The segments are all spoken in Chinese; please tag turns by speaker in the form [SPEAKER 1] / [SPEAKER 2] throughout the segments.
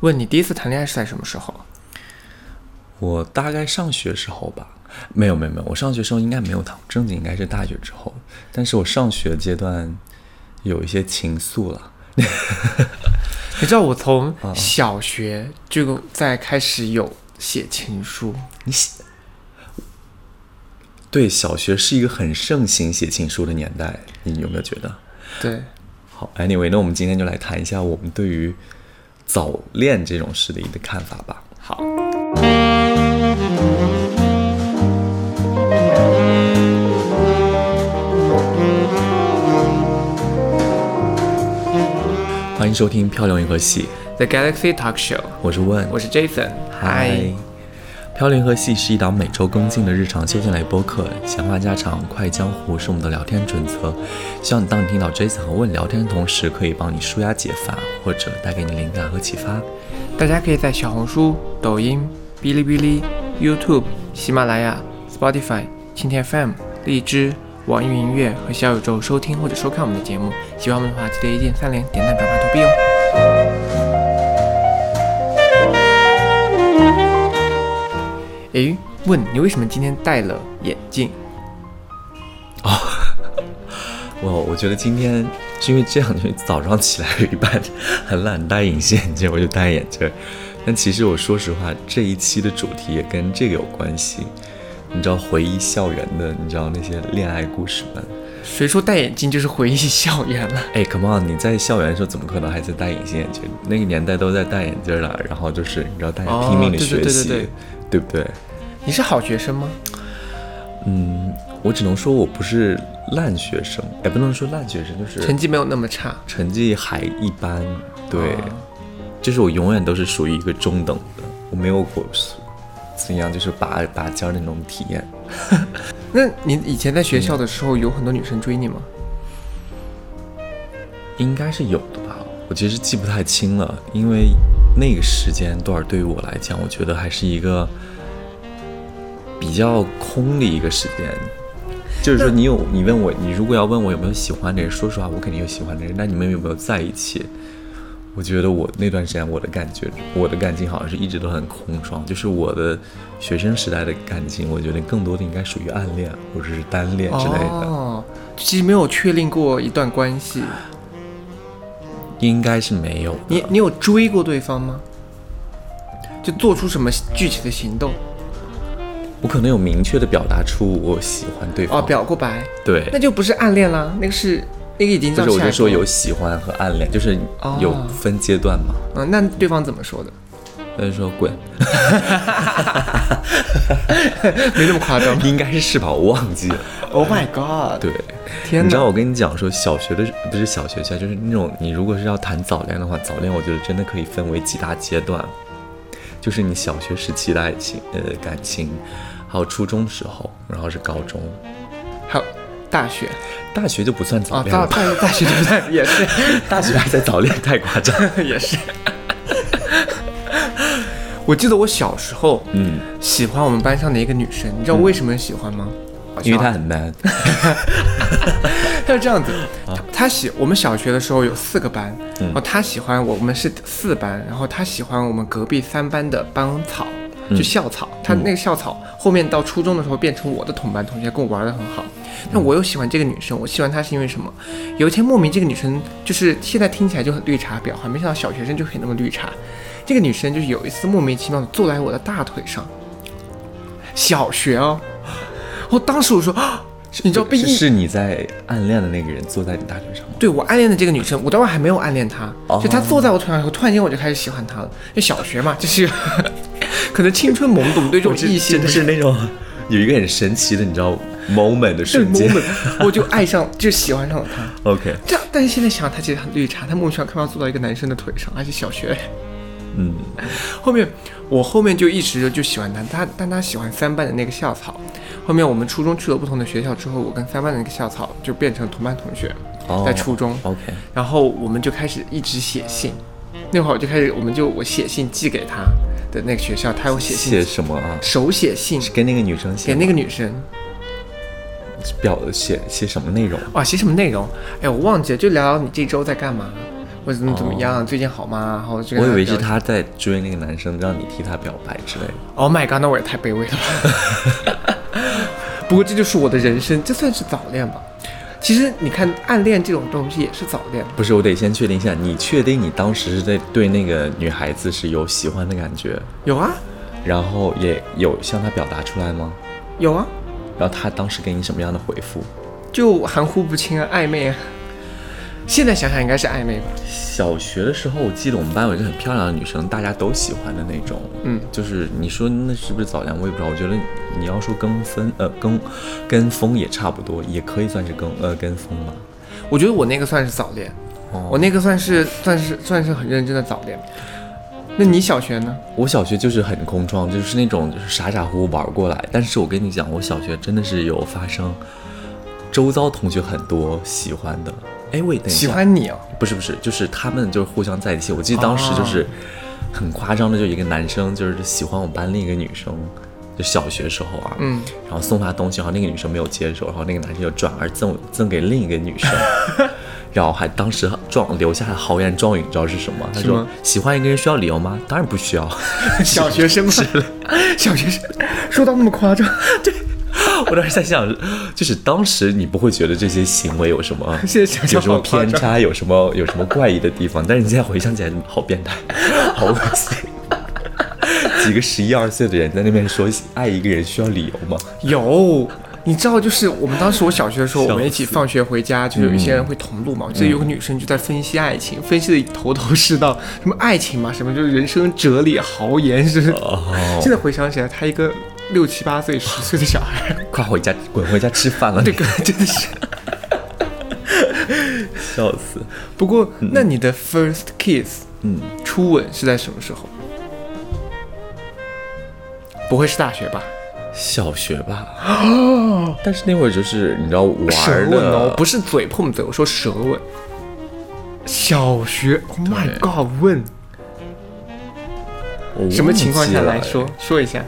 [SPEAKER 1] 问你第一次谈恋爱是在什么时候？
[SPEAKER 2] 我大概上学时候吧，没有没有没有，我上学时候应该没有谈，正经应该是大学之后。但是我上学阶段有一些情愫了，
[SPEAKER 1] 你知道我从小学就在开始有写情书，
[SPEAKER 2] 对，小学是一个很盛行写情书的年代，你有没有觉得？
[SPEAKER 1] 对，
[SPEAKER 2] 好，anyway，那我们今天就来谈一下我们对于早恋这种事的一个看法吧。
[SPEAKER 1] 好，
[SPEAKER 2] 欢迎收听《漂亮银河系》，
[SPEAKER 1] 《The Galaxy Talk Show》，
[SPEAKER 2] 我是问，
[SPEAKER 1] 我是 Jason，
[SPEAKER 2] 嗨。漂流银河系是一档每周更新的日常休闲类播客，闲话家常、快江湖是我们的聊天准则。希望你当你听到 Jason 和问聊天的同时，可以帮你舒压解乏，或者带给你灵感和启发。
[SPEAKER 1] 大家可以在小红书、抖音、哔哩哔哩、YouTube、喜马拉雅、Spotify、蜻蜓 FM、荔枝、网易云音乐和小宇宙收听或者收看我们的节目。喜欢我们的话，记得一键三连、点赞、转发、投币哦。诶，问你为什么今天戴了眼镜？
[SPEAKER 2] 哇，我觉得今天是因为这样，就是早上起来有一半很懒，戴隐形眼镜，我就戴眼镜儿。但其实我说实话，这一期的主题也跟这个有关系。你知道回忆校园的，你知道那些恋爱故事们。
[SPEAKER 1] 谁说戴眼镜就是回忆校园了？
[SPEAKER 2] 哎，come on！你在校园的时候怎么可能还在戴隐形眼镜？那个年代都在戴眼镜了，然后就是你知道大家拼命的
[SPEAKER 1] 哦对对
[SPEAKER 2] 学
[SPEAKER 1] 对
[SPEAKER 2] 习，
[SPEAKER 1] 对对
[SPEAKER 2] 对不对？
[SPEAKER 1] 你是好学生吗？
[SPEAKER 2] 嗯，我只能说我不是烂学生，也不能说烂学生，就是
[SPEAKER 1] 成绩没有那么差。
[SPEAKER 2] 成绩还一般。对，
[SPEAKER 1] 啊
[SPEAKER 2] 就是我永远都是属于一个中等的，我没有过怎样就是拔拔尖儿的那种体验。
[SPEAKER 1] 那你以前在学校的时候有很多女生追你吗？
[SPEAKER 2] 应该是有的吧，我其实记不太清了，因为那个时间段对于我来讲，我觉得还是一个比较空的一个时间。就是说，你有你问我，你如果要问我有没有喜欢的人，说实话，我肯定有喜欢的人。那你们有没有在一起？我觉得我那段时间我的感觉，我的感情好像是一直都很空窗。就是我的学生时代的感情，我觉得更多的应该属于暗恋或者是单恋之类的。
[SPEAKER 1] 哦，其实没有确定过一段关系。
[SPEAKER 2] 应该是没有的。
[SPEAKER 1] 你你有追过对方吗？就做出什么具体的行动？
[SPEAKER 2] 我可能有明确的表达出我喜欢对方。
[SPEAKER 1] 哦，表过白，
[SPEAKER 2] 对，
[SPEAKER 1] 那就不是暗恋啦，那个是那个已经
[SPEAKER 2] 就
[SPEAKER 1] 叫
[SPEAKER 2] 是我就
[SPEAKER 1] 下
[SPEAKER 2] 说
[SPEAKER 1] 一步
[SPEAKER 2] 有
[SPEAKER 1] 了。
[SPEAKER 2] 喜欢和暗恋，就是
[SPEAKER 1] 哦
[SPEAKER 2] 有分阶段嘛。
[SPEAKER 1] 嗯，那对方怎么说的？
[SPEAKER 2] 他就说滚，。
[SPEAKER 1] 没那么夸张
[SPEAKER 2] 应该是是吧？我忘记了。
[SPEAKER 1] Oh my god！
[SPEAKER 2] 对，
[SPEAKER 1] 天
[SPEAKER 2] 你知道
[SPEAKER 1] 哪，
[SPEAKER 2] 我跟你讲说，小学的不是小学校，就是那种你如果是要谈早恋的话，早恋我觉得真的可以分为几大阶段，就是你小学时期的爱情，呃，感情，还有初中时候，然后是高中，
[SPEAKER 1] 还有大学
[SPEAKER 2] 大学就不算早
[SPEAKER 1] 啊，
[SPEAKER 2] 恋
[SPEAKER 1] 大
[SPEAKER 2] 了吧？
[SPEAKER 1] 大学大学就 在也是
[SPEAKER 2] 大学还在早恋，太夸张。
[SPEAKER 1] 也哦 是。我记得我小时候，
[SPEAKER 2] 嗯，
[SPEAKER 1] 喜欢我们班上的一个女生，你知道为什么喜欢吗？
[SPEAKER 2] 因为他很 man。
[SPEAKER 1] 她是这样子，她她喜我们小学的时候有四个班，
[SPEAKER 2] 嗯
[SPEAKER 1] 然后她喜欢我我们是四班，然后她喜欢我们隔壁三班的班草，
[SPEAKER 2] 嗯
[SPEAKER 1] 就校草，她那个校草后面到初中的时候变成我的同班同学，跟我玩的很好。但我又喜欢这个女生，我喜欢她是因为什么？有一天莫名这个女生就是现在听起来就很绿茶婊，还没想到小学生就可以那么绿茶。这个女生就是有一次莫名其妙的坐在我的大腿上，小学哦，我当时我说， 啊你知道被
[SPEAKER 2] 是
[SPEAKER 1] 一
[SPEAKER 2] 是你在暗恋的那个人坐在你大腿上吗？
[SPEAKER 1] 对我暗恋的这个女生，我当时还没有暗恋她，
[SPEAKER 2] 哦
[SPEAKER 1] 就她坐在我腿上以后，突然间我就开始喜欢她了。因为小学嘛，就是 可能青春懵懂，对这种异性
[SPEAKER 2] 真的是那种有一个很神奇的，你知道 moment 的
[SPEAKER 1] 这
[SPEAKER 2] 瞬间。
[SPEAKER 1] moment，我就爱上，就喜欢上了她。
[SPEAKER 2] OK，
[SPEAKER 1] 这样，但是现在想，她其实很绿茶，她莫名其妙看到坐到一个男生的腿上，而且小学。
[SPEAKER 2] 嗯，
[SPEAKER 1] 后面我后面就一直就喜欢他，他但他喜欢三班的那个校草。后面我们初中去了不同的学校之后，我跟三班的那个校草就变成同班同学，
[SPEAKER 2] 哦
[SPEAKER 1] 在初中。
[SPEAKER 2] OK
[SPEAKER 1] 然后我们就开始一直写信，那会儿我就开始，我们就我写信寄给他的那个学校，他有写信，
[SPEAKER 2] 写什么啊？
[SPEAKER 1] 手写信
[SPEAKER 2] 是跟那个女生写
[SPEAKER 1] 给
[SPEAKER 2] 吗，
[SPEAKER 1] 那个女生。
[SPEAKER 2] 表写写什么内容？
[SPEAKER 1] 哇，写什么内容？哎，我忘记了，就聊聊你这周在干嘛。或者怎么怎么样，最近好吗？然后这个
[SPEAKER 2] 哦我以为是她在追那个男生，让你替她表白之类的。
[SPEAKER 1] Oh my god，那我也太卑微了 吧。不过这就是我的人生，这算是早恋吧？其实你看，暗恋这种东西也是早恋。
[SPEAKER 2] 不是，我得先确定一下，你确定你当时是在对那个女孩子是有喜欢的感觉，
[SPEAKER 1] 有啊，
[SPEAKER 2] 然后也有向她表达出来吗？
[SPEAKER 1] 有啊，
[SPEAKER 2] 然后她当时给你什么样的回复？
[SPEAKER 1] 就含糊不清啊，暧昧啊。现在想想应该是暧昧吧。
[SPEAKER 2] 小学的时候，我记得我们班有一个很漂亮的女生，大家都喜欢的那种。
[SPEAKER 1] 嗯，
[SPEAKER 2] 就是你说那是不是早恋？我也不知道。我觉得你要说跟风，呃，跟跟风也差不多，也可以算是跟呃跟风吧。
[SPEAKER 1] 我觉得我那个算是早恋，
[SPEAKER 2] 哦
[SPEAKER 1] 我那个算是算是算是很认真的早恋。那你小学呢？
[SPEAKER 2] 我小学就是很空窗，就是那种就是傻傻乎乎玩过来。但是我跟你讲，我小学真的是有发生，周遭同学很多喜欢的。哎，喂，等一下，
[SPEAKER 1] 喜欢你哦，
[SPEAKER 2] 不是不是，就是他们就是互相在一起。我记得当时就是很夸张的，就一个男生就是喜欢我们班另一个女生，就小学时候啊，
[SPEAKER 1] 嗯，
[SPEAKER 2] 然后送她东西，然后那个女生没有接受，然后那个男生就转而赠赠给另一个女生，然后还当时壮留下了豪言壮语，你知道是什么？他
[SPEAKER 1] 什
[SPEAKER 2] 说
[SPEAKER 1] 么
[SPEAKER 2] 喜欢一个人需要理由吗？当然不需要。
[SPEAKER 1] 小学生嘛， 小学生说到那么夸张，
[SPEAKER 2] 我当时在想，就是当时你不会觉得这些行为有什么，
[SPEAKER 1] 现在想想
[SPEAKER 2] 有什么
[SPEAKER 1] 好夸
[SPEAKER 2] 偏
[SPEAKER 1] 张
[SPEAKER 2] 差，有什么有什么怪异的地方，但是你现在回想起来，好变态，好恶心。 几个十一二岁的人在那边说爱一个人需要理由吗？
[SPEAKER 1] 有。你知道，就是我们当时我小学的时嗯候，
[SPEAKER 2] 笑死
[SPEAKER 1] 我们一起放学回家，就是有一些人会同路嘛。我记得有个女生就在分析爱情，分析的头头是道，什么爱情嘛，什么就是人生哲理、豪言，是不是？
[SPEAKER 2] 哦，
[SPEAKER 1] 现在回想起来，他一个六七八岁、十岁的小 孩，
[SPEAKER 2] 快回家，滚回家吃饭了，
[SPEAKER 1] 这个真的是。
[SPEAKER 2] 笑死。
[SPEAKER 1] 不过，那你的 first kiss
[SPEAKER 2] 嗯，
[SPEAKER 1] 初吻是在什么时候？不会是大学吧？
[SPEAKER 2] 小学吧，
[SPEAKER 1] 哦
[SPEAKER 2] 但是那会儿就是你知道
[SPEAKER 1] 舌
[SPEAKER 2] 玩
[SPEAKER 1] 吻哦
[SPEAKER 2] 的，，
[SPEAKER 1] 不是嘴碰嘴，我说舌吻。小学，Oh my
[SPEAKER 2] 对
[SPEAKER 1] god！问
[SPEAKER 2] 我忘
[SPEAKER 1] 什么情况
[SPEAKER 2] 记
[SPEAKER 1] 下
[SPEAKER 2] 了
[SPEAKER 1] 来说说一下？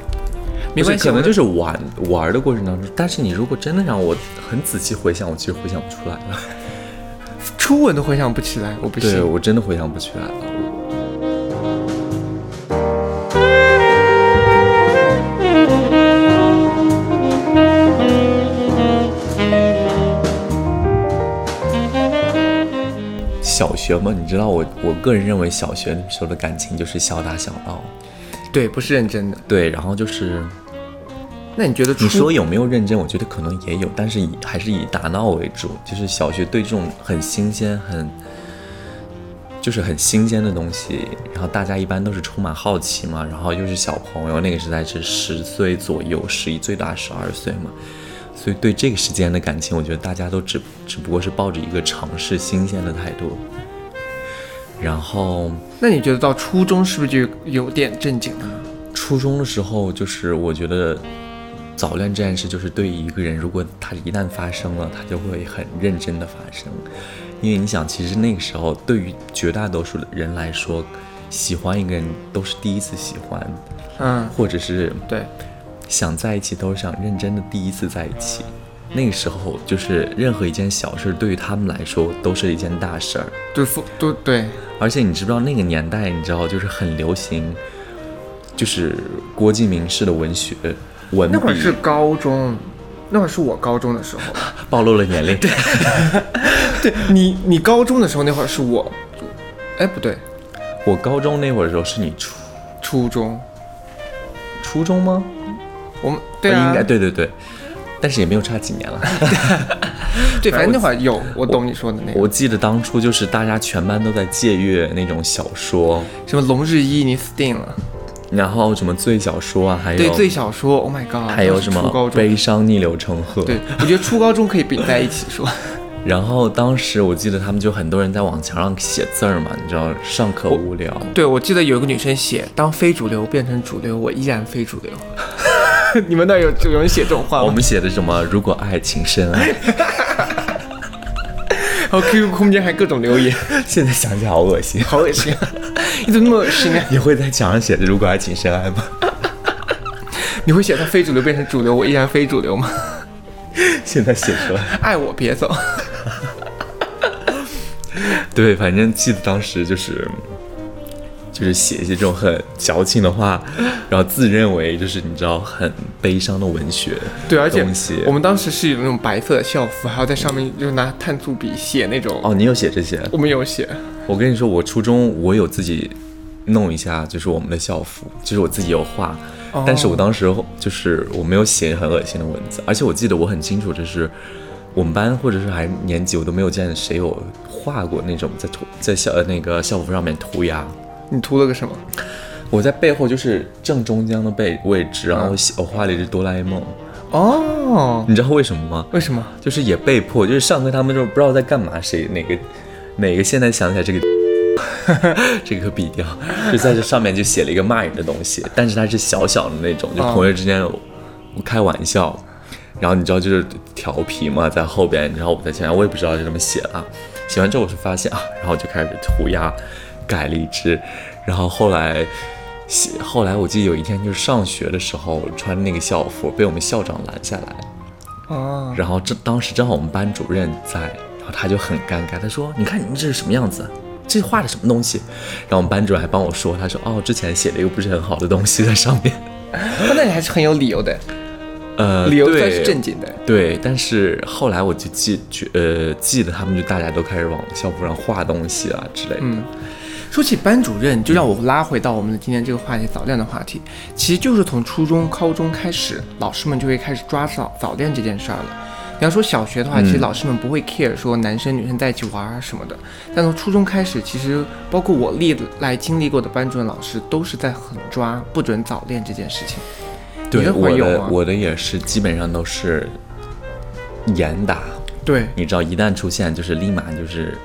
[SPEAKER 1] 没
[SPEAKER 2] 不是
[SPEAKER 1] 关系，
[SPEAKER 2] 可能就是是玩玩的过程当中，但是你如果真的让我很仔细回想，我其实回想不出来了。
[SPEAKER 1] 初吻都回想不起来，我不
[SPEAKER 2] 对
[SPEAKER 1] 信。
[SPEAKER 2] 我真的回想不起来了。小学嘛，你知道我，我个人认为小学时候的感情就是小打小闹，
[SPEAKER 1] 对，不是认真的。
[SPEAKER 2] 对，然后就是
[SPEAKER 1] 那你觉得初
[SPEAKER 2] 你说有没有认真？我觉得可能也有，但是以还是以打闹为主。就是小学对这种很新鲜、很就是很新鲜的东西，然后大家一般都是充满好奇嘛，然后又是小朋友，那个时代是十岁左右，十一最大十二岁嘛，所以对这个时间的感情，我觉得大家都只只不过是抱着一个尝试新鲜的态度。然后
[SPEAKER 1] 那你觉得到初中是不是就有点正经了呢？
[SPEAKER 2] 初中的时候，就是我觉得早恋这件事，就是对于一个人，如果他一旦发生了，他就会很认真的发生。因为你想，其实那个时候对于绝大多数的人来说，喜欢一个人都是第一次喜欢，
[SPEAKER 1] 嗯，
[SPEAKER 2] 或者是
[SPEAKER 1] 对。
[SPEAKER 2] 想在一起都是想认真的第一次在一起。那个时候，就是任何一件小事对于他们来说都是一件大事儿。
[SPEAKER 1] 对，父都对，
[SPEAKER 2] 而且你知不知道那个年代，你知道就是很流行，就是郭敬明式的文学文
[SPEAKER 1] 那会儿
[SPEAKER 2] 笔
[SPEAKER 1] 是，高中，那会儿是我高中的时候。
[SPEAKER 2] 暴露了年龄。对，
[SPEAKER 1] 对你，你高中的时候那会儿是我，哎不对，
[SPEAKER 2] 我高中那会儿的时候是你初
[SPEAKER 1] 初中，
[SPEAKER 2] 初中吗？
[SPEAKER 1] 我们对啊，
[SPEAKER 2] 应该对对对，但是也没有差几 年了。
[SPEAKER 1] 对，反正那会儿有，我懂你说的那个
[SPEAKER 2] 我记得当初就是大家全班都在借阅那种小说，
[SPEAKER 1] 什么《龙日一》，你死定了。
[SPEAKER 2] 然后什么最小说啊，还有
[SPEAKER 1] 对，最小说，Oh my god，
[SPEAKER 2] 还有
[SPEAKER 1] 当时
[SPEAKER 2] 什么
[SPEAKER 1] 初高中？
[SPEAKER 2] 悲伤逆流成河。
[SPEAKER 1] 对，我觉得初高中可以并在一起说。
[SPEAKER 2] 然后当时我记得他们就很多人在往墙上写字儿嘛，你知道上课无聊。
[SPEAKER 1] 对，我记得有一个女生写“当非主流变成主流，我依然非主流” 。 你们那儿有有人写这种话
[SPEAKER 2] 我
[SPEAKER 1] 吗？
[SPEAKER 2] 们写的什么？如果爱情深爱，
[SPEAKER 1] 然后 QQ 空间还各种留言，
[SPEAKER 2] 现在想起来好恶心。
[SPEAKER 1] 好恶心啊！你怎么那么恶心啊？
[SPEAKER 2] 你会在墙上写着“如果爱情深爱”吗？
[SPEAKER 1] 你会写到非主流变成主流，我依然非主流吗？
[SPEAKER 2] 现在写出来，
[SPEAKER 1] 爱我别走。
[SPEAKER 2] 对，反正记得当时就是就是写一些这种很矫情的话，然后自认为就是你知道很悲伤的文学
[SPEAKER 1] 对，而且
[SPEAKER 2] 东西
[SPEAKER 1] 我。们当时是有那种白色的校服，还要在上面就拿碳素笔写那种。
[SPEAKER 2] 哦，你有写这些？
[SPEAKER 1] 我们有写，
[SPEAKER 2] 我跟你说，我初中我有自己弄一下，就是我们的校服，就是我自己有画，
[SPEAKER 1] 哦
[SPEAKER 2] 但是我当时就是我没有写很恶心的文字，而且我记得我很清楚，就是我们班或者是还年级，我都没有见谁有画过那种在涂在校呃那个校服上面涂鸦。
[SPEAKER 1] 你涂了个什么？
[SPEAKER 2] 我在背后就是正中间的背位置，然后我写我画了一只哆啦 A 梦，
[SPEAKER 1] 哦，
[SPEAKER 2] 你知道为什么吗？
[SPEAKER 1] 为什么？
[SPEAKER 2] 就是也被迫，就是上课他们就不知道在干嘛，谁哪个哪个现在想起来这个这个 毙掉，就在这上面就写了一个骂人的东西，但是它是小小的那种，就
[SPEAKER 1] 哦
[SPEAKER 2] 同学之间有我开玩笑，然后你知道就是调皮嘛，在后边，然后我在前面，我也不知道是怎么写了，写完之后我是发现啊，然后我就开始涂鸦，改了一只，然后后来。写后来我记得有一天就是上学的时候穿那个校服被我们校长拦下来，
[SPEAKER 1] 哦，
[SPEAKER 2] 然后这当时正好我们班主任在，然后他就很尴尬，他说：“你看你们这是什么样子？啊这画的什么东西？”然后我们班主任还帮我说，他说：“哦，之前写了一个不是很好的东西在上面。
[SPEAKER 1] 那你还是很有理由的，”
[SPEAKER 2] 嗯呃，
[SPEAKER 1] 理由
[SPEAKER 2] 对
[SPEAKER 1] 算是正经的。
[SPEAKER 2] 对，但是后来我就记觉呃记得他们就大家都开始往校服上画东西啊之类的。
[SPEAKER 1] 嗯说起班主任，就让我拉回到我们的今天这个话题——早恋的话题。其实就是从初中、高中开始，老师们就会开始抓早早恋这件事儿了。你要说小学的话，
[SPEAKER 2] 嗯
[SPEAKER 1] 其实老师们不会 care 说男生女生在一起玩啊什么的。但从初中开始，其实包括我历来经历过的班主任老师，都是在狠抓不准早恋这件事情。你
[SPEAKER 2] 对，
[SPEAKER 1] 的
[SPEAKER 2] 我
[SPEAKER 1] 会有啊
[SPEAKER 2] 的
[SPEAKER 1] 吗？
[SPEAKER 2] 我的也是，基本上都是严打。
[SPEAKER 1] 对
[SPEAKER 2] 你知道，一旦出现就是立马就是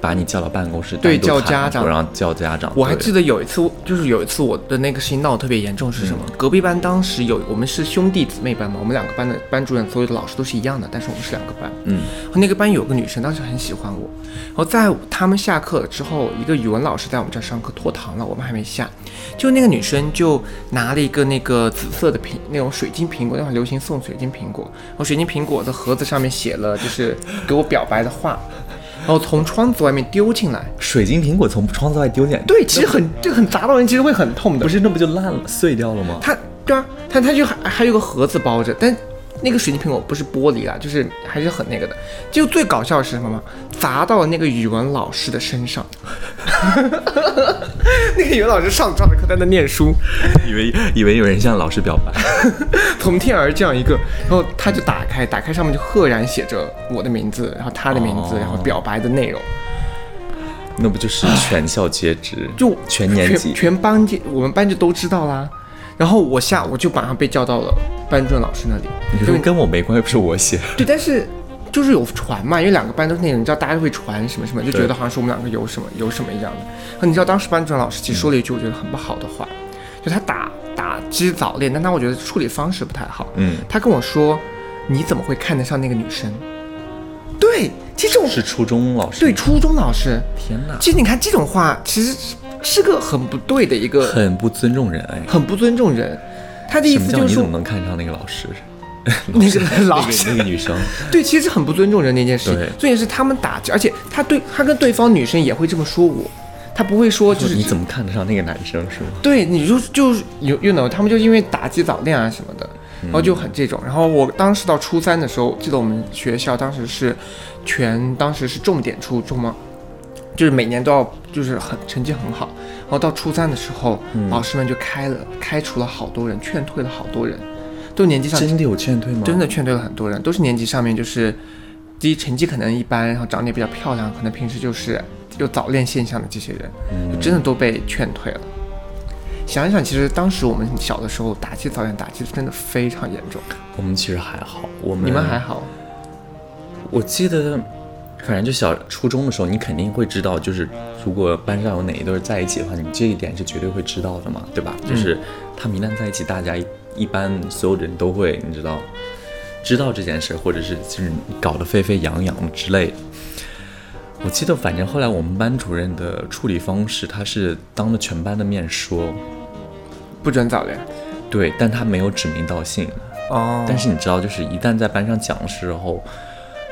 [SPEAKER 2] 把你叫到办公室，
[SPEAKER 1] 对
[SPEAKER 2] 单独
[SPEAKER 1] 叫
[SPEAKER 2] 谈
[SPEAKER 1] 家长
[SPEAKER 2] 过然后叫家长。
[SPEAKER 1] 我还
[SPEAKER 2] 对
[SPEAKER 1] 记得有一次，就是有一次我的那个事情闹得特别严重是
[SPEAKER 2] 嗯
[SPEAKER 1] 什么？隔壁班当时有我们是兄弟姊妹班嘛，我们两个班的班主任所有的老师都是一样的，但是我们是两个班。
[SPEAKER 2] 嗯，
[SPEAKER 1] 那个班有个女生当时很喜欢我，然后在他们下课了之后，一个语文老师在我们这儿上课拖堂了，我们还没下，就那个女生就拿了一个那个紫色的苹那种水晶苹果，那会儿流行送水晶苹果，然后水晶苹果的盒子上面写了就是给我表白的话，然后从窗子外面丢进来。
[SPEAKER 2] 水晶苹果从窗子外丢进来，
[SPEAKER 1] 对，其实很这个很砸到人，其实会很痛的。
[SPEAKER 2] 不是那不就烂了碎掉了吗？
[SPEAKER 1] 它对啊，它它就还还有个盒子包着，但那个水晶苹果不是玻璃啊，就是还是很那个的。就最搞笑的是什么吗？砸到了那个语文老师的身上。 那个语文老师上着上着课在那念书，
[SPEAKER 2] 以为以为有人向老师表白，
[SPEAKER 1] 从天而降一个，然后他就打开，打开上面就赫然写着我的名字，然后他的名字，
[SPEAKER 2] 哦
[SPEAKER 1] 然后表白的内容。
[SPEAKER 2] 那不就是全校皆 知，
[SPEAKER 1] 就
[SPEAKER 2] 全年级
[SPEAKER 1] 全全班级我们班就都知道啦。然后我下我就马上被叫到了班主任老师那里，
[SPEAKER 2] 你
[SPEAKER 1] 就
[SPEAKER 2] 说跟我没关系，不是我写，
[SPEAKER 1] 对，但是就是有传嘛，因为两个班都是那种，你知道大家会传什么什么，就觉
[SPEAKER 2] 对
[SPEAKER 1] 得好像是我们两个有什么有什么一样的。和你知道当时班主任老师其实说了一句我觉得很不好的话，就他打打击早恋，但他我觉得处理方式不太好。
[SPEAKER 2] 嗯，
[SPEAKER 1] 他跟我说：“你怎么会看得上那个女生？”对，其实这种
[SPEAKER 2] 是初中老师。
[SPEAKER 1] 对，初中老师，
[SPEAKER 2] 天哪，
[SPEAKER 1] 其实你看这种话其实是是个很不对的一个，
[SPEAKER 2] 很不尊重人哎。
[SPEAKER 1] 很不尊重人。他的意
[SPEAKER 2] 什么
[SPEAKER 1] 思
[SPEAKER 2] 叫
[SPEAKER 1] 就是
[SPEAKER 2] 你怎
[SPEAKER 1] 说
[SPEAKER 2] 么能看上那个老 师？
[SPEAKER 1] 那个
[SPEAKER 2] 那
[SPEAKER 1] 老
[SPEAKER 2] 个
[SPEAKER 1] 师
[SPEAKER 2] 那个女生，
[SPEAKER 1] 对，其实很不尊重人的一件事
[SPEAKER 2] 对
[SPEAKER 1] 情。重点是他们打击，而且他对他跟对方女生也会这么说我，他不会说就是
[SPEAKER 2] 你怎么看得上那个男生是吗？
[SPEAKER 1] 对，你就就是有 you know，他们就因为打击早恋啊什么的，然后就很这种。然后我当时到初三的时候，记得我们学校当时是全当时是重点初中嘛，就是每年都要就是很成绩很好。然后到初三的时候，老师们就开了开除了好多人，劝退了好多人，都年纪上
[SPEAKER 2] 真的有劝退吗？
[SPEAKER 1] 真的劝退了很多人，都是年级上面就是，第一成绩可能一般，然后长得也比较漂亮，可能平时就是有早恋现象的这些人，就真的都被劝退了。想一想，其实当时我们小的时候打击早恋打击得真的非常严重，
[SPEAKER 2] 我们其实还好，我们
[SPEAKER 1] 你们还好？
[SPEAKER 2] 我记得，反正就小初中的时候，你肯定会知道，就是如果班上有哪一对儿在一起的话，你这一点是绝对会知道的嘛，对吧？就是他们一旦在一起，大家一一般所有人都会，你知道，知道这件事，或者是就是搞得沸沸扬扬之类的。我记得，反正后来我们班主任的处理方式，他是当着全班的面说，
[SPEAKER 1] 不准早恋
[SPEAKER 2] 对，但他没有指名道姓，
[SPEAKER 1] 哦
[SPEAKER 2] 但是你知道，就是一旦在班上讲的时候，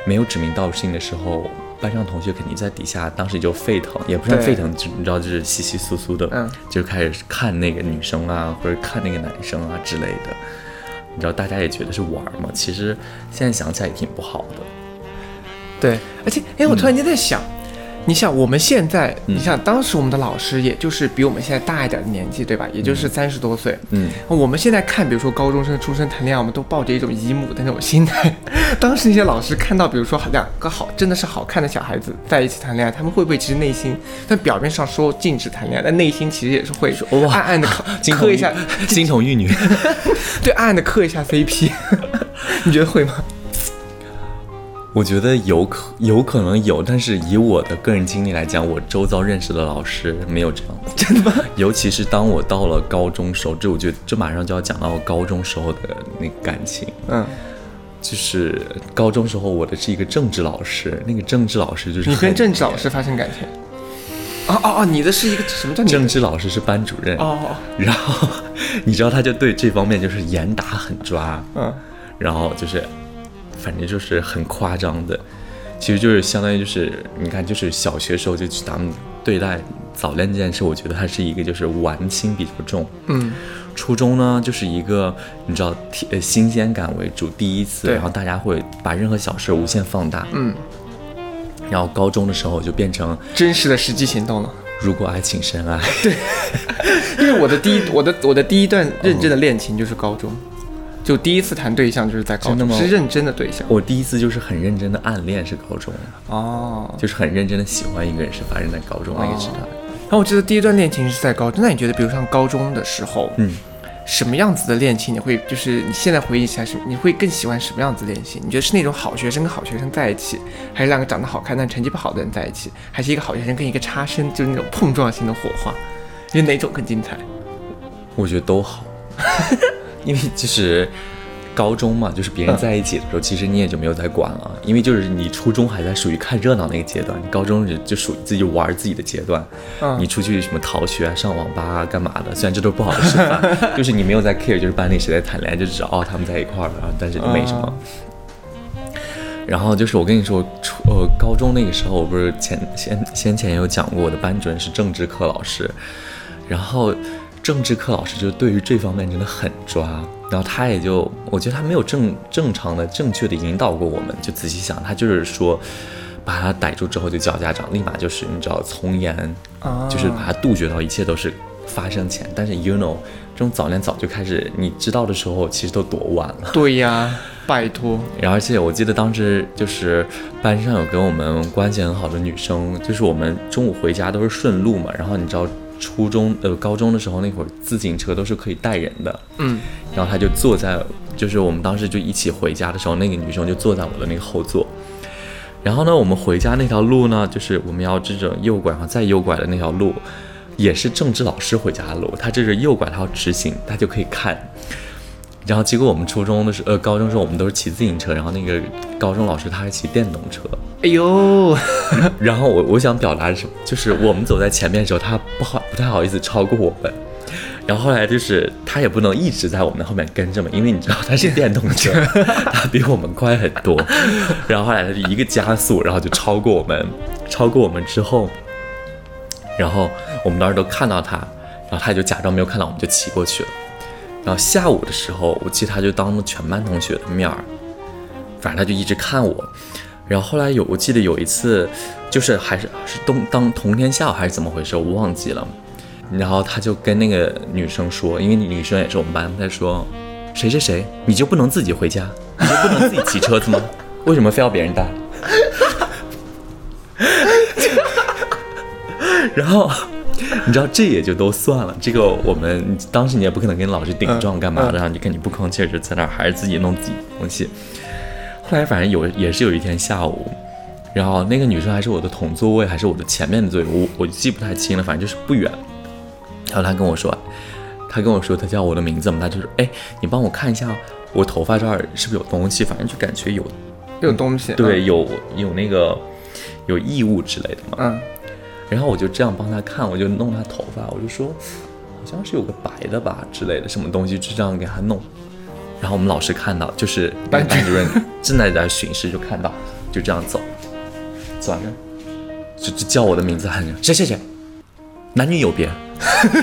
[SPEAKER 2] 没有指名道姓的时候，班上同学肯定在底下，当时就沸腾，也不算
[SPEAKER 1] 对
[SPEAKER 2] 沸腾，就你知道，就是稀稀疏疏的，
[SPEAKER 1] 嗯
[SPEAKER 2] 就开始看那个女生啊，或者看那个男生啊之类的。你知道，大家也觉得是玩儿嘛，其实现在想起来也挺不好的。
[SPEAKER 1] 对，而且哎，
[SPEAKER 2] 嗯
[SPEAKER 1] 我突然间在想，你想我们现在，你想当时我们的老师，也就是比我们现在大一点的年纪，对吧？也就是三十多岁。
[SPEAKER 2] 嗯，
[SPEAKER 1] 我们现在看，比如说高中生、初生谈恋爱，我们都抱着一种姨母的那种心态。 当时那些老师看到，比如说两个好，真的是好看的小孩子在一起谈恋爱，他们会不会其实内心，但表面上说禁止谈恋爱，但内心其实也是会
[SPEAKER 2] 哇
[SPEAKER 1] 暗暗的
[SPEAKER 2] 金
[SPEAKER 1] 磕
[SPEAKER 2] 童
[SPEAKER 1] 一下，
[SPEAKER 2] 金童玉女。
[SPEAKER 1] 对，暗暗的磕一下 CP。你觉得会吗？
[SPEAKER 2] 我觉得有可有可能有，但是以我的个人经历来讲，我周遭认识的老师没有这样子。真的吗？尤其是当我到了高中时候，这我觉得这马上就要讲到我高中时候的那个感情，
[SPEAKER 1] 嗯，
[SPEAKER 2] 就是高中时候我的是一个政治老师，那个政治老师就是
[SPEAKER 1] 你跟
[SPEAKER 2] 很
[SPEAKER 1] 政治老师发生感情？哦哦哦，你的是一个什么叫你的
[SPEAKER 2] 政治老师是班主任，
[SPEAKER 1] 哦，
[SPEAKER 2] 然后你知道他就对这方面就是严打狠抓，
[SPEAKER 1] 嗯，
[SPEAKER 2] 然后就是，反正就是很夸张的，其实就是相当于就是你看，就是小学时候就咱们对待早恋这件事，我觉得它是一个就是玩心比较重，
[SPEAKER 1] 嗯，
[SPEAKER 2] 初中呢就是一个你知道体呃新鲜感为主，第一次，
[SPEAKER 1] 对
[SPEAKER 2] 然后大家会把任何小事无限放大，
[SPEAKER 1] 嗯，
[SPEAKER 2] 然后高中的时候就变成
[SPEAKER 1] 真实的实际行动了。
[SPEAKER 2] 如果爱情深爱，
[SPEAKER 1] 因为我的第一，我的我的第一段认真的恋情就是高中，就第一次谈对象就是在高
[SPEAKER 2] 真的
[SPEAKER 1] 中，
[SPEAKER 2] 吗
[SPEAKER 1] 是认真的对象。
[SPEAKER 2] 我第一次就是很认真的暗恋是高中，
[SPEAKER 1] 哦，
[SPEAKER 2] 就是很认真的喜欢一个人是发生在高中那个时代，
[SPEAKER 1] 然后我记得第一段恋情是在高中，那你觉得，比如上高中的时候，
[SPEAKER 2] 嗯。
[SPEAKER 1] 什么样子的恋情你会，就是你现在回忆起来是，你会更喜欢什么样子的恋情？你觉得是那种好学生跟好学生在一起，还是两个长得好看但成绩不好的人在一起，还是一个好学生跟一个差生，就是那种碰撞型的火花？你觉得哪种更精彩？
[SPEAKER 2] 我觉得都好， 因为就是高中嘛，就是别人在一起的时候，其实你也就没有在管了，因为就是你初中还在属于看热闹那个阶段，你高中就就属于自己玩自己的阶段，
[SPEAKER 1] 嗯
[SPEAKER 2] 你出去什么逃学啊、上网吧啊、干嘛的，虽然这都是不好的示范，就是你没有在 care，就是班里谁在谈恋爱，就知道哦他们在一块儿了，但是就没什么。
[SPEAKER 1] 嗯
[SPEAKER 2] 然后就是我跟你说，初呃高中那个时候，我不是前先先前有讲过，我的班主任是政治课老师，然后政治课老师就对于这方面真的很抓，然后他也就我觉得他没有正正常的正确的引导过我们，就仔细想，他就是说把他逮住之后就叫家长，立马就是你知道从严，
[SPEAKER 1] 啊
[SPEAKER 2] 就是把他杜绝到一切都是发生前，但是 you know 这种早恋早就开始，你知道的时候其实都多晚了。
[SPEAKER 1] 对呀、拜托，
[SPEAKER 2] 然后，而且我记得当时就是班上有跟我们关系很好的女生，就是我们中午回家都是顺路嘛。然后你知道，初中呃高中的时候那会儿自行车都是可以带人的，
[SPEAKER 1] 嗯，
[SPEAKER 2] 然后她就坐在，就是我们当时就一起回家的时候，那个女生就坐在我的那个后座。然后呢，我们回家那条路呢，就是我们要这种右拐，然后再右拐的那条路，也是政治老师回家的路。他这是右拐，他要直行，他就可以看。然后结果我们初中的时候，呃，高中的时候我们都是骑自行车，然后那个高中老师他是骑电动车。
[SPEAKER 1] 哎呦，
[SPEAKER 2] 然后我我想表达的是什么，就是我们走在前面的时候，他不好不太好意思超过我们。然后后来就是他也不能一直在我们的后面跟着嘛，因为你知道他是电动车，他比我们快很多。然后后来他就一个加速，然后就超过我们，超过我们之后，然后我们当时都看到他，然后他就假装没有看到，我们就骑过去了。然后下午的时候，我记得他就当着全班同学的面儿，反正他就一直看我。然后后来有，我记得有一次，就是还是是冬当同天下午还是怎么回事，我忘记了。然后他就跟那个女生说，因为女生也是我们班，他说谁谁谁，你就不能自己回家，你就不能自己骑车子吗？为什么非要别人带？ 然后你知道这也就都算了，这个我们当时你也不可能跟老师顶撞干嘛的，然后你看你不吭气儿就在那儿还是自己弄自己的东西。后来反正有也是有一天下午，然后那个女生还是我的同座位，还是我的前面的座位，我我记不太清了，反正就是不远。然后她跟我说，她跟我说她叫我的名字嘛，她就说，哎，你帮我看一下我头发这儿是不是有东西，反正就感觉有，
[SPEAKER 1] 有东西，啊
[SPEAKER 2] 对，有有那个有异物之类的嘛。
[SPEAKER 1] 嗯，
[SPEAKER 2] 然后我就这样帮他看，我就弄他头发，我就说好像是有个白的吧之类的什么东西，就这样给他弄。然后我们老师看到，就是那个
[SPEAKER 1] 班
[SPEAKER 2] 班主任正在在巡视，就看到，就这样走。算了，就就叫我的名字喊着谁谁谁，男女有别。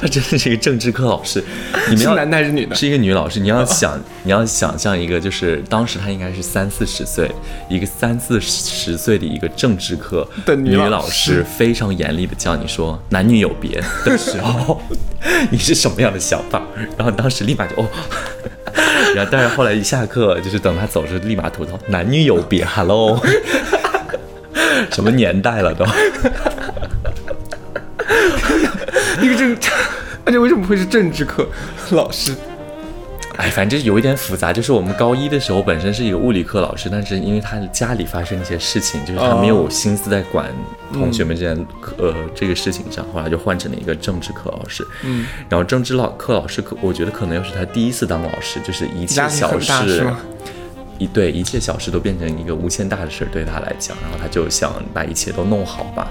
[SPEAKER 2] 他真的是一个政治课老师，你们
[SPEAKER 1] 是
[SPEAKER 2] 要
[SPEAKER 1] 男的还是女的？
[SPEAKER 2] 是一个女 老师，你要想，你要想象一个，就是当时她应该是三四十岁，一个三四十岁的一个政治课
[SPEAKER 1] 的女
[SPEAKER 2] 女
[SPEAKER 1] 老
[SPEAKER 2] 老师，非常严厉的叫你说“男女有 别”的时候，你是什么样的想法？然后当时立马就哦， 然后但是后来一下课，就是等她走的时候，立马吐槽“男女有别 ”，hello，什么年代了都？
[SPEAKER 1] 一个 政，而且为什么会是政治课老师？
[SPEAKER 2] 哎，反正有一点复杂，就是我们高一的时候本身是一个物理课老师，但是因为他的家里发生一些事情，就是
[SPEAKER 1] 哦
[SPEAKER 2] 他没有心思在管
[SPEAKER 1] 嗯
[SPEAKER 2] 同学们之间、呃这个事情上，后来就换成了一个政治课老师。嗯，然后政治老课老师可我觉得可能又是他第一次当老师，就是一切
[SPEAKER 1] 压力
[SPEAKER 2] 小
[SPEAKER 1] 很大是
[SPEAKER 2] 事
[SPEAKER 1] 吗，
[SPEAKER 2] 一对一切小事都变成一个无限大的事儿对他来讲，然后他就想把一切都弄好吧。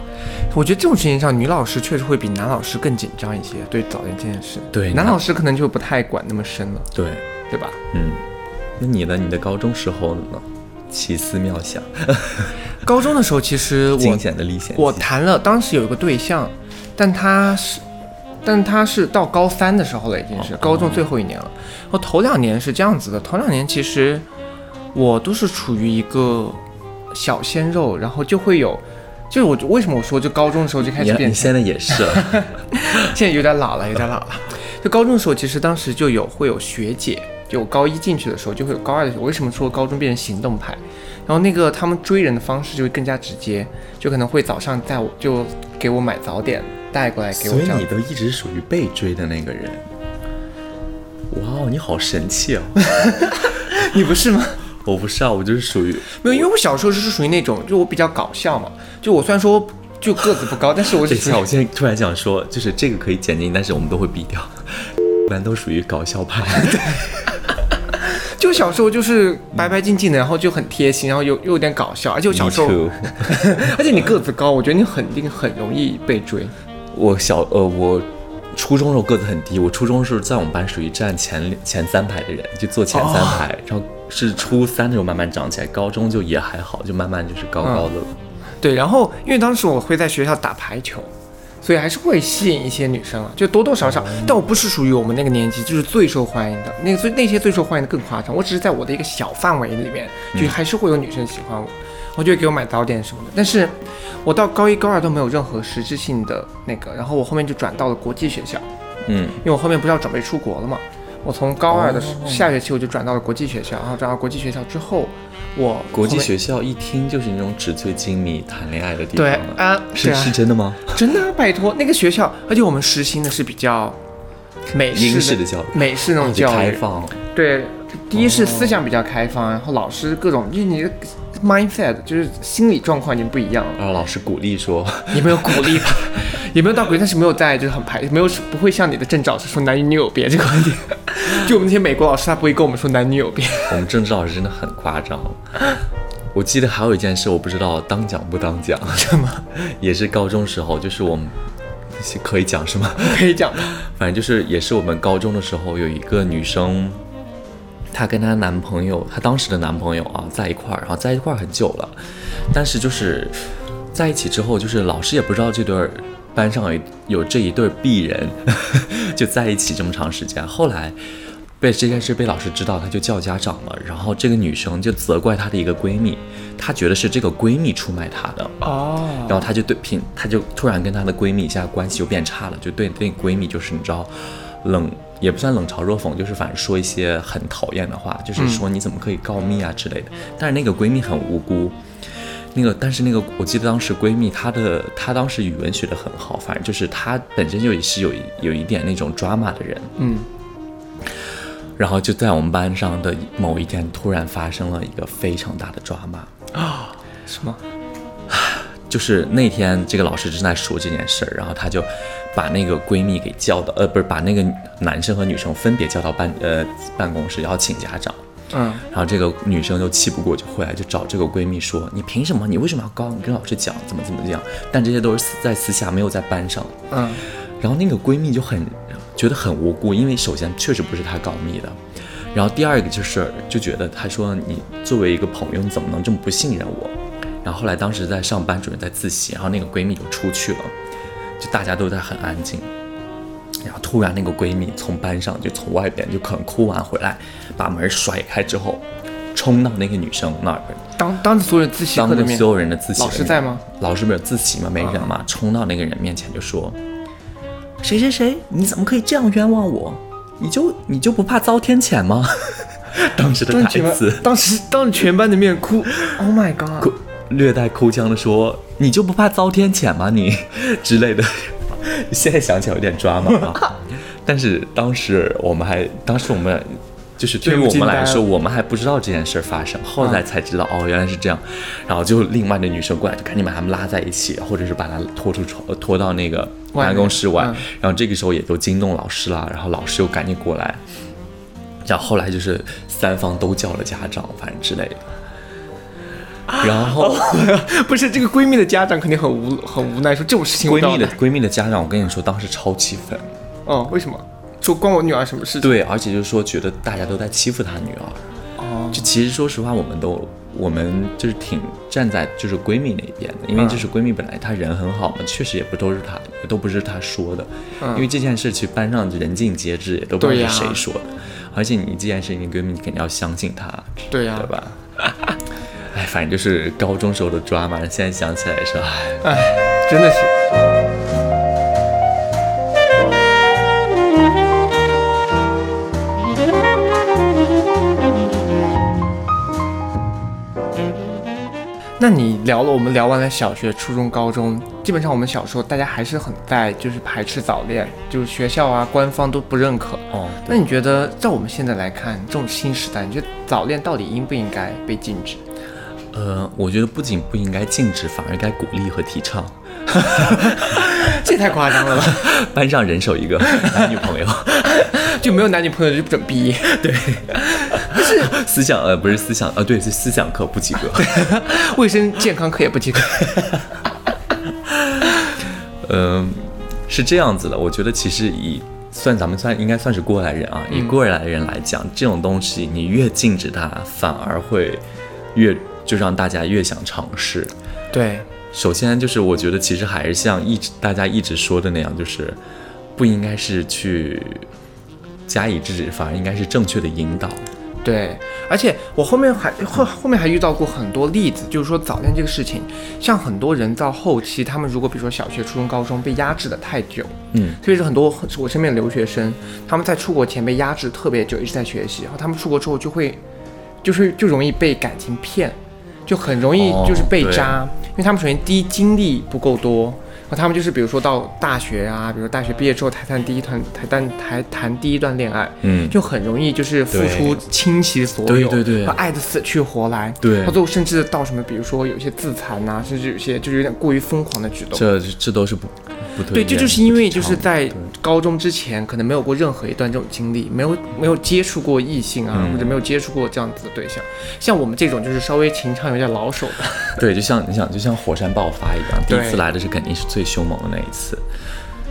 [SPEAKER 1] 我觉得这种事情上，女老师确实会比男老师更紧张一些，对早恋这件事。
[SPEAKER 2] 对
[SPEAKER 1] 男
[SPEAKER 2] 那
[SPEAKER 1] 老师可能就不太管那么深了，
[SPEAKER 2] 对，
[SPEAKER 1] 对吧？
[SPEAKER 2] 嗯，那你呢？你的高中时候呢？奇思妙想，
[SPEAKER 1] 高中的时候，其实我
[SPEAKER 2] 惊险的历险记。
[SPEAKER 1] 我谈了，当时有一个对象，但他是，但他是到高三的时候了，已经是高中最后一年了。我头两年是这样子的，头两年其实我都是处于一个小鲜肉，然后就会有，就是我为什么我说就高中的时候就开
[SPEAKER 2] 你
[SPEAKER 1] 始变
[SPEAKER 2] 你现在也 是了。
[SPEAKER 1] 现在有点老了，有点老了。就高中的时候，其实当时就有会有学姐，就我高一进去的时候就会有高二的时候。我为什么说高中变成行动派？然后那个他们追人的方式就会更加直接，就可能会早上带我就给我买早点带过来给我
[SPEAKER 2] 所
[SPEAKER 1] 这
[SPEAKER 2] 以
[SPEAKER 1] 样
[SPEAKER 2] 你。都一直属于被追的那个人。哇哦，你好神气哦！
[SPEAKER 1] 你不是吗？
[SPEAKER 2] 我不是啊，我就是属于
[SPEAKER 1] 没有，因为我小时候是属于那种，就我比较搞笑嘛。就我虽然说就个子不高，但是我
[SPEAKER 2] 等
[SPEAKER 1] 只
[SPEAKER 2] 一
[SPEAKER 1] 是
[SPEAKER 2] 下，我现在突然想说，就是这个可以剪进，但是我们都会毙掉。一般都属于搞笑派，
[SPEAKER 1] 就小时候就是白白净净的，然后就很贴心，然后又又有点搞笑，而且我 小时候
[SPEAKER 2] Me too，
[SPEAKER 1] 而且你个子高，我觉得你肯定很容易被追。
[SPEAKER 2] 我小呃，我初中时候个子很低，我初中时候在我们班属于占前前三排的人，就坐前三排。
[SPEAKER 1] 哦
[SPEAKER 2] 然后是初三的时候慢慢长起来，高中就也还好，就慢慢就是高高的了。
[SPEAKER 1] 对，然后因为当时我会在学校打排球，所以还是会吸引一些女生啊，就多多少
[SPEAKER 2] 哦
[SPEAKER 1] 少。但我不是属于我们那个年级就是最受欢迎的，那个最那些最受欢迎的更夸张。我只是在我的一个小范围里面，
[SPEAKER 2] 嗯
[SPEAKER 1] 就还是会有女生喜欢我，我就会给我买早点什么的。但是我到高一高二都没有任何实质性的那个，然后我后面就转到了国际学校，
[SPEAKER 2] 嗯，
[SPEAKER 1] 因为我后面不是要准备出国了嘛。我从高二的
[SPEAKER 2] 哦
[SPEAKER 1] 时下学期我就转到了国际学校，然后转到国际学校之后，我
[SPEAKER 2] 国
[SPEAKER 1] 后
[SPEAKER 2] 际
[SPEAKER 1] 面
[SPEAKER 2] 学校一听就是那种纸醉金迷谈恋爱的地方
[SPEAKER 1] 对
[SPEAKER 2] 了。
[SPEAKER 1] 啊，
[SPEAKER 2] 是、
[SPEAKER 1] 对啊
[SPEAKER 2] 是真的吗？
[SPEAKER 1] 真的啊、拜托那个学校，而且我们实行的是比较美式
[SPEAKER 2] 英式的教育啊
[SPEAKER 1] 美式那种嗯教
[SPEAKER 2] 开
[SPEAKER 1] 育。
[SPEAKER 2] 放，
[SPEAKER 1] 对，第一是思想比较开放，然后老师各种，就是你的 mindset，就是心理状况已经不一样了。
[SPEAKER 2] 然后老师鼓励说，
[SPEAKER 1] 也没有鼓励吧， 也没有到鼓励，但是没有在就是很排，没有不会像你的正导师说男女有别这个观点。就我们那些美国老师，他啊不会跟我们说男女有别。
[SPEAKER 2] 我们政治老师真的很夸张。我记得还有一件事，我不知道当讲不当讲，什么？ 也是高中时候，就是我们可以讲是吗？
[SPEAKER 1] 可以讲吧，
[SPEAKER 2] 反正就是也是我们高中的时候，有一个女生，她跟她男朋友，她当时的男朋友啊，在一块儿，然后在一块儿很久了，但是就是在一起之后，就是老师也不知道这对儿班上有一有这一对儿 B 人 就在一起这么长时间，后来。被这件事被老师知道，她就叫家长了。然后这个女生就责怪她的一个闺蜜，她觉得是这个闺蜜出卖她的。
[SPEAKER 1] 哦，
[SPEAKER 2] 然后她就对品，她就突然跟她的闺蜜一下关系就变差了，就对那个闺蜜就是你知道，冷也不算冷嘲热讽，就是反正说一些很讨厌的话，就是说你怎么可以告密啊之类的。但是那个闺蜜很无辜。那个，但是那个，我记得当时闺蜜她的，她当时语文学得很好，反正就是她本身就是有一有一点那种 drama 的人，
[SPEAKER 1] 嗯，
[SPEAKER 2] 然后就在我们班上的某一天突然发生了一个非常大的 drama，
[SPEAKER 1] 什么？
[SPEAKER 2] 就是那天这个老师正在说这件事儿，然后他就把那个闺蜜给叫到，呃，不是把那个男生和女生分别叫到办呃办公室，然后请家长。
[SPEAKER 1] 嗯，
[SPEAKER 2] 然后这个女生就气不过，就回来就找这个闺蜜说：“你凭什么？你为什么要告？你跟老师讲怎么怎么样？”但这些都是私在私下，没有在班上。
[SPEAKER 1] 嗯，
[SPEAKER 2] 然后那个闺蜜就很觉得很无辜，因为首先确实不是她告密的，然后第二个就是就觉得他说你作为一个朋友，你怎么能这么不信任我？然后后来当时在上班，主任在自习，然后那个闺蜜就出去了，就大家都在很安静。然后突然那个闺蜜从班上就从外边就可能哭啊完回来，把门甩开之后，冲到那个女生那儿，
[SPEAKER 1] 当当着所有人自习
[SPEAKER 2] 当
[SPEAKER 1] 课的
[SPEAKER 2] 着
[SPEAKER 1] 面，
[SPEAKER 2] 所有人的自习
[SPEAKER 1] 老师在吗？啊
[SPEAKER 2] 老师不是有自习嘛，没人嘛，冲到那个人面前就说：“谁谁谁，你怎么可以这样冤枉我？你就你就不怕遭天谴吗？” 当时的
[SPEAKER 1] 当着
[SPEAKER 2] 台
[SPEAKER 1] 全
[SPEAKER 2] 词
[SPEAKER 1] 班，当时当着全班的面哭，Oh my god！
[SPEAKER 2] 哭略带哭腔的说：“你就不怕遭天谴吗你？” 之类的。现在想起来有点抓马 啊，但是当时我们还，当时我们就是对于我们来
[SPEAKER 1] 听不
[SPEAKER 2] 说，
[SPEAKER 1] 进嗯
[SPEAKER 2] 我们还不知道这件事儿发生，后来才知道、哦，原来是这样。然后就另外的女生过来，就赶紧把他们拉在一起，或者是把他拖出床，呃拖到那个
[SPEAKER 1] 外面
[SPEAKER 2] 办公室外。
[SPEAKER 1] 嗯
[SPEAKER 2] 然后这个时候也都惊动老师了，然后老师又赶紧过来。然后后来就是三方都叫了家长，反正之类的。然后
[SPEAKER 1] 哦不是这个闺蜜的家长肯定很无很无奈，说这种事情我
[SPEAKER 2] 闺
[SPEAKER 1] 都
[SPEAKER 2] 蜜
[SPEAKER 1] 要
[SPEAKER 2] 的
[SPEAKER 1] 来
[SPEAKER 2] 闺蜜的家长，我跟你说，当时超气愤，
[SPEAKER 1] 哦，为什么？说关我女儿什么事情？
[SPEAKER 2] 对，而且就是说觉得大家都在欺负她女儿。
[SPEAKER 1] 哦，
[SPEAKER 2] 就其实说实话，我们都我们就是挺站在就是闺蜜那边的，因为
[SPEAKER 1] 嗯
[SPEAKER 2] 就是闺蜜本来她人很好嘛，确实也不都是她，也都不是她说的，
[SPEAKER 1] 嗯
[SPEAKER 2] 因为这件事去班上人尽皆知，也都不知
[SPEAKER 1] 对呀
[SPEAKER 2] 道是谁说的。而且你这件事情，你闺蜜你肯定要相信她，
[SPEAKER 1] 对呀
[SPEAKER 2] 对吧？ 哎，反正就是高中时候的抓马，现在想起来是哎。
[SPEAKER 1] 哎，真的是。那你聊了，我们聊完了小学、初中、高中，基本上我们小时候大家还是很在就是排斥早恋，就是学校啊、官方都不认可。
[SPEAKER 2] 哦，
[SPEAKER 1] 那你觉得，在我们现在来看，这种新时代，你觉得早恋到底应不应该被禁止？
[SPEAKER 2] 呃，我觉得不仅不应该禁止，反而该鼓励和提倡。
[SPEAKER 1] 这也太夸张了吧！
[SPEAKER 2] 班上人手一个男女朋友，
[SPEAKER 1] 就没有男女朋友就不准毕业。
[SPEAKER 2] 思想呃不是思想呃对是思想课不及格。
[SPEAKER 1] 卫生健康课也不及格。
[SPEAKER 2] 嗯， 是这样子的，我觉得其实以算咱们算应该算是过来人啊，以过来人来讲，这种东西你越禁止它，反而会越就让大家越想尝试。
[SPEAKER 1] 对，
[SPEAKER 2] 首先就是我觉得其实还是像一直大家一直说的那样，就是不应该是去加以制止，反而应该是正确的引导。
[SPEAKER 1] 哦对，而且我后面还后后面还遇到过很多例子，就是说早恋这个事情，像很多人到后期，他们如果比如说小学、初中、高中被压制的太久，
[SPEAKER 2] 嗯，
[SPEAKER 1] 特别是很多我身边的留学生，他们在出国前被压制特别久，一直在学习，然后他们出国之后就会，就是就容易被感情骗，就很容易
[SPEAKER 2] 哦
[SPEAKER 1] 就是被渣，因为他们首先第一经历不够多，然后他们就是比如说到大学啊，比如说大学毕业之后才谈第一段，才谈才谈第一段恋爱，
[SPEAKER 2] 嗯
[SPEAKER 1] 就很容易就是付出倾其所有，
[SPEAKER 2] 对对对对
[SPEAKER 1] 然后爱的死去活来，
[SPEAKER 2] 对
[SPEAKER 1] 然后最后甚至到什么比如说有一些自残呐、甚至有些就是有点过于疯狂的举动，
[SPEAKER 2] 这这都是不不推
[SPEAKER 1] 对，
[SPEAKER 2] 荐
[SPEAKER 1] 这就是因为
[SPEAKER 2] 不提
[SPEAKER 1] 就
[SPEAKER 2] 倡
[SPEAKER 1] 是在高中之前，可能没有过任何一段这种经历，没有没有接触过异性啊，
[SPEAKER 2] 嗯
[SPEAKER 1] 或者没有接触过这样子的对象。像我们这种就是稍微情场有点老手的，
[SPEAKER 2] 对，就像你想，就像火山爆发一样，第
[SPEAKER 1] 对
[SPEAKER 2] 一次来的是肯定是最凶猛的那一次，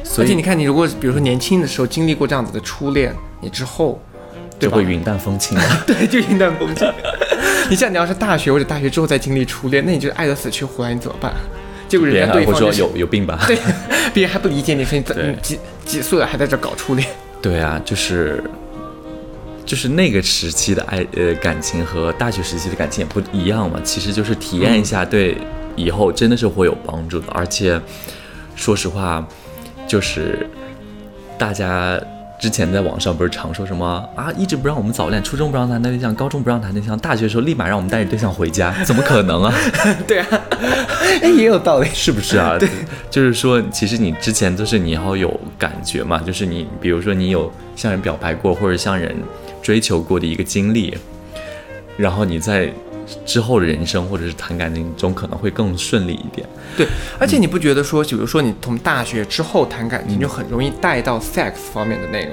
[SPEAKER 2] 所
[SPEAKER 1] 而且
[SPEAKER 2] 以
[SPEAKER 1] 你看，你如果比如说年轻的时候经历过这样子的初恋，你之 后，对
[SPEAKER 2] 就
[SPEAKER 1] 吧
[SPEAKER 2] 会？云淡风轻了。啊
[SPEAKER 1] 对，就云淡风轻。你像你要是大学或者大学之后再经历初恋，那你就是爱的死去活来，你怎么办？结果
[SPEAKER 2] 别
[SPEAKER 1] 人
[SPEAKER 2] 人
[SPEAKER 1] 家
[SPEAKER 2] 还
[SPEAKER 1] 对
[SPEAKER 2] 会
[SPEAKER 1] 方、就
[SPEAKER 2] 说
[SPEAKER 1] 是、
[SPEAKER 2] 有有病吧？
[SPEAKER 1] 对， 别人还不理解你，说你怎
[SPEAKER 2] 对
[SPEAKER 1] 你几几岁了还在这搞初恋？
[SPEAKER 2] 对啊，就是就是那个时期的爱呃感情和大学时期的感情也不一样嘛，其实就是体验一
[SPEAKER 1] 嗯
[SPEAKER 2] 下，对以后真的是会有帮助的。而且说实话，就是大家。之前在网上不是常说什么啊，一直不让我们早恋，初中不让谈对象，高中不让谈对象，大学的时候立马让我们带着对象回家，怎么可能啊？
[SPEAKER 1] 对啊，哎，也有道理。
[SPEAKER 2] 是不是 啊？对，就是说，其实你之前都是你要有感觉嘛，就是你，比如说你有向人表白过，或者向人追求过的一个经历，然后你在之后的人生或者是谈感情中可能会更顺利一点。
[SPEAKER 1] 对，而且你不觉得说，比如说你从大学之后谈感情，就很容易带到 sex 方面的内容。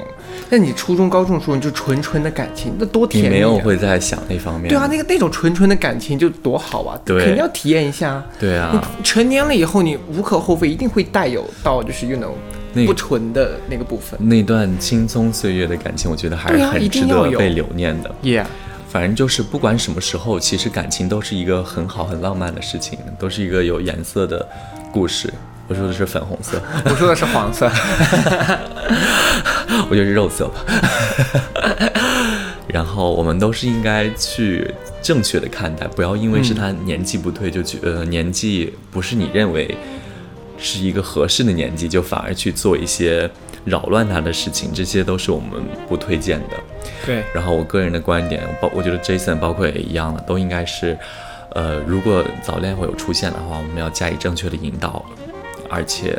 [SPEAKER 1] 那你初中、高中的时候，你就纯纯的感情，那多
[SPEAKER 2] 你
[SPEAKER 1] 甜蜜、啊！
[SPEAKER 2] 没有会在想那方面。
[SPEAKER 1] 对啊，那个那种纯纯的感情就多好啊！
[SPEAKER 2] 对
[SPEAKER 1] 肯定要体验一下啊。
[SPEAKER 2] 对啊，
[SPEAKER 1] 你成年了以后，你无可厚非，一定会带有到就是 you know
[SPEAKER 2] 那
[SPEAKER 1] 不纯的那个部分。
[SPEAKER 2] 那段青葱岁月的感情，我觉得还
[SPEAKER 1] 对
[SPEAKER 2] 是
[SPEAKER 1] 啊一
[SPEAKER 2] 很值
[SPEAKER 1] 定要
[SPEAKER 2] 得
[SPEAKER 1] 有
[SPEAKER 2] 被留念的。
[SPEAKER 1] Yeah，
[SPEAKER 2] 反正就是不管什么时候，其实感情都是一个很好、很浪漫的事情，都是一个有颜色的故事。我说的是粉红色，
[SPEAKER 1] 我说的是黄色。
[SPEAKER 2] 我觉得是肉色吧。 然后我们都是应该去正确的看待，不要因为是他年纪不对，就觉得年纪不是你认为是一个合适的年纪，就反而去做一些扰乱他的事情，这些都是我们不推荐的。
[SPEAKER 1] 对，
[SPEAKER 2] 然后我个人的观点，包我觉得 Jason 包括也一样的，都应该是，呃，如果早恋会有出现的话，我们要加以正确的引导，而且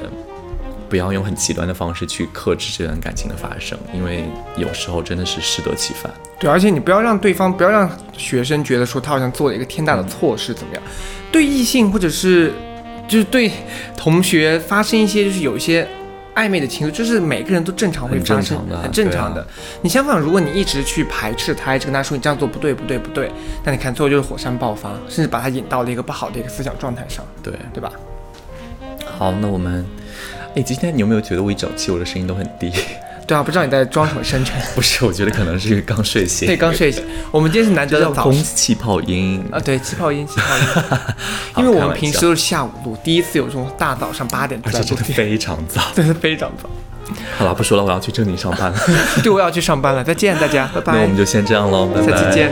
[SPEAKER 2] 不要用很极端的方式去克制这段感情的发生，因为有时候真的是适得其反。
[SPEAKER 1] 对，而且你不要让对方，不要让学生觉得说他好像做了一个天
[SPEAKER 2] 嗯
[SPEAKER 1] 大的错事怎么样？对异性或者是就是对同学发生一些就是有一些暧昧的情愫，就是每个人都正常会
[SPEAKER 2] 很
[SPEAKER 1] 发
[SPEAKER 2] 正
[SPEAKER 1] 生
[SPEAKER 2] 常，的啊
[SPEAKER 1] 很正
[SPEAKER 2] 对啊
[SPEAKER 1] 常的。你相反，如果你一直去排斥他，一直跟他说你这样做不对不对不对，那你看最后就是火山爆发，甚至把他引到了一个不好的一个思想状态上，
[SPEAKER 2] 对，
[SPEAKER 1] 对吧？
[SPEAKER 2] 好，那我们，哎，今天你有没有觉得我一整期我的声音都很低？
[SPEAKER 1] 对啊，不知道你在装什么 深沉。
[SPEAKER 2] 不是，我觉得可能是刚睡 醒，
[SPEAKER 1] 对，刚睡醒。我们今天是难得
[SPEAKER 2] 这
[SPEAKER 1] 的
[SPEAKER 2] 叫
[SPEAKER 1] 早
[SPEAKER 2] 空
[SPEAKER 1] 上
[SPEAKER 2] 气泡音。
[SPEAKER 1] 啊，对，气泡音，气泡音。 因为我们平时都是下午录，第一次有这种大早上八点
[SPEAKER 2] 而
[SPEAKER 1] 出来
[SPEAKER 2] 且
[SPEAKER 1] 录
[SPEAKER 2] 真的
[SPEAKER 1] 电，
[SPEAKER 2] 非常早。
[SPEAKER 1] 真的非常棒。
[SPEAKER 2] 好了，不说了，我要去正 经上班了。
[SPEAKER 1] 对，我要去上班了，再见大家，拜拜，
[SPEAKER 2] 那我们就先这样喽，拜拜。
[SPEAKER 1] 下期见。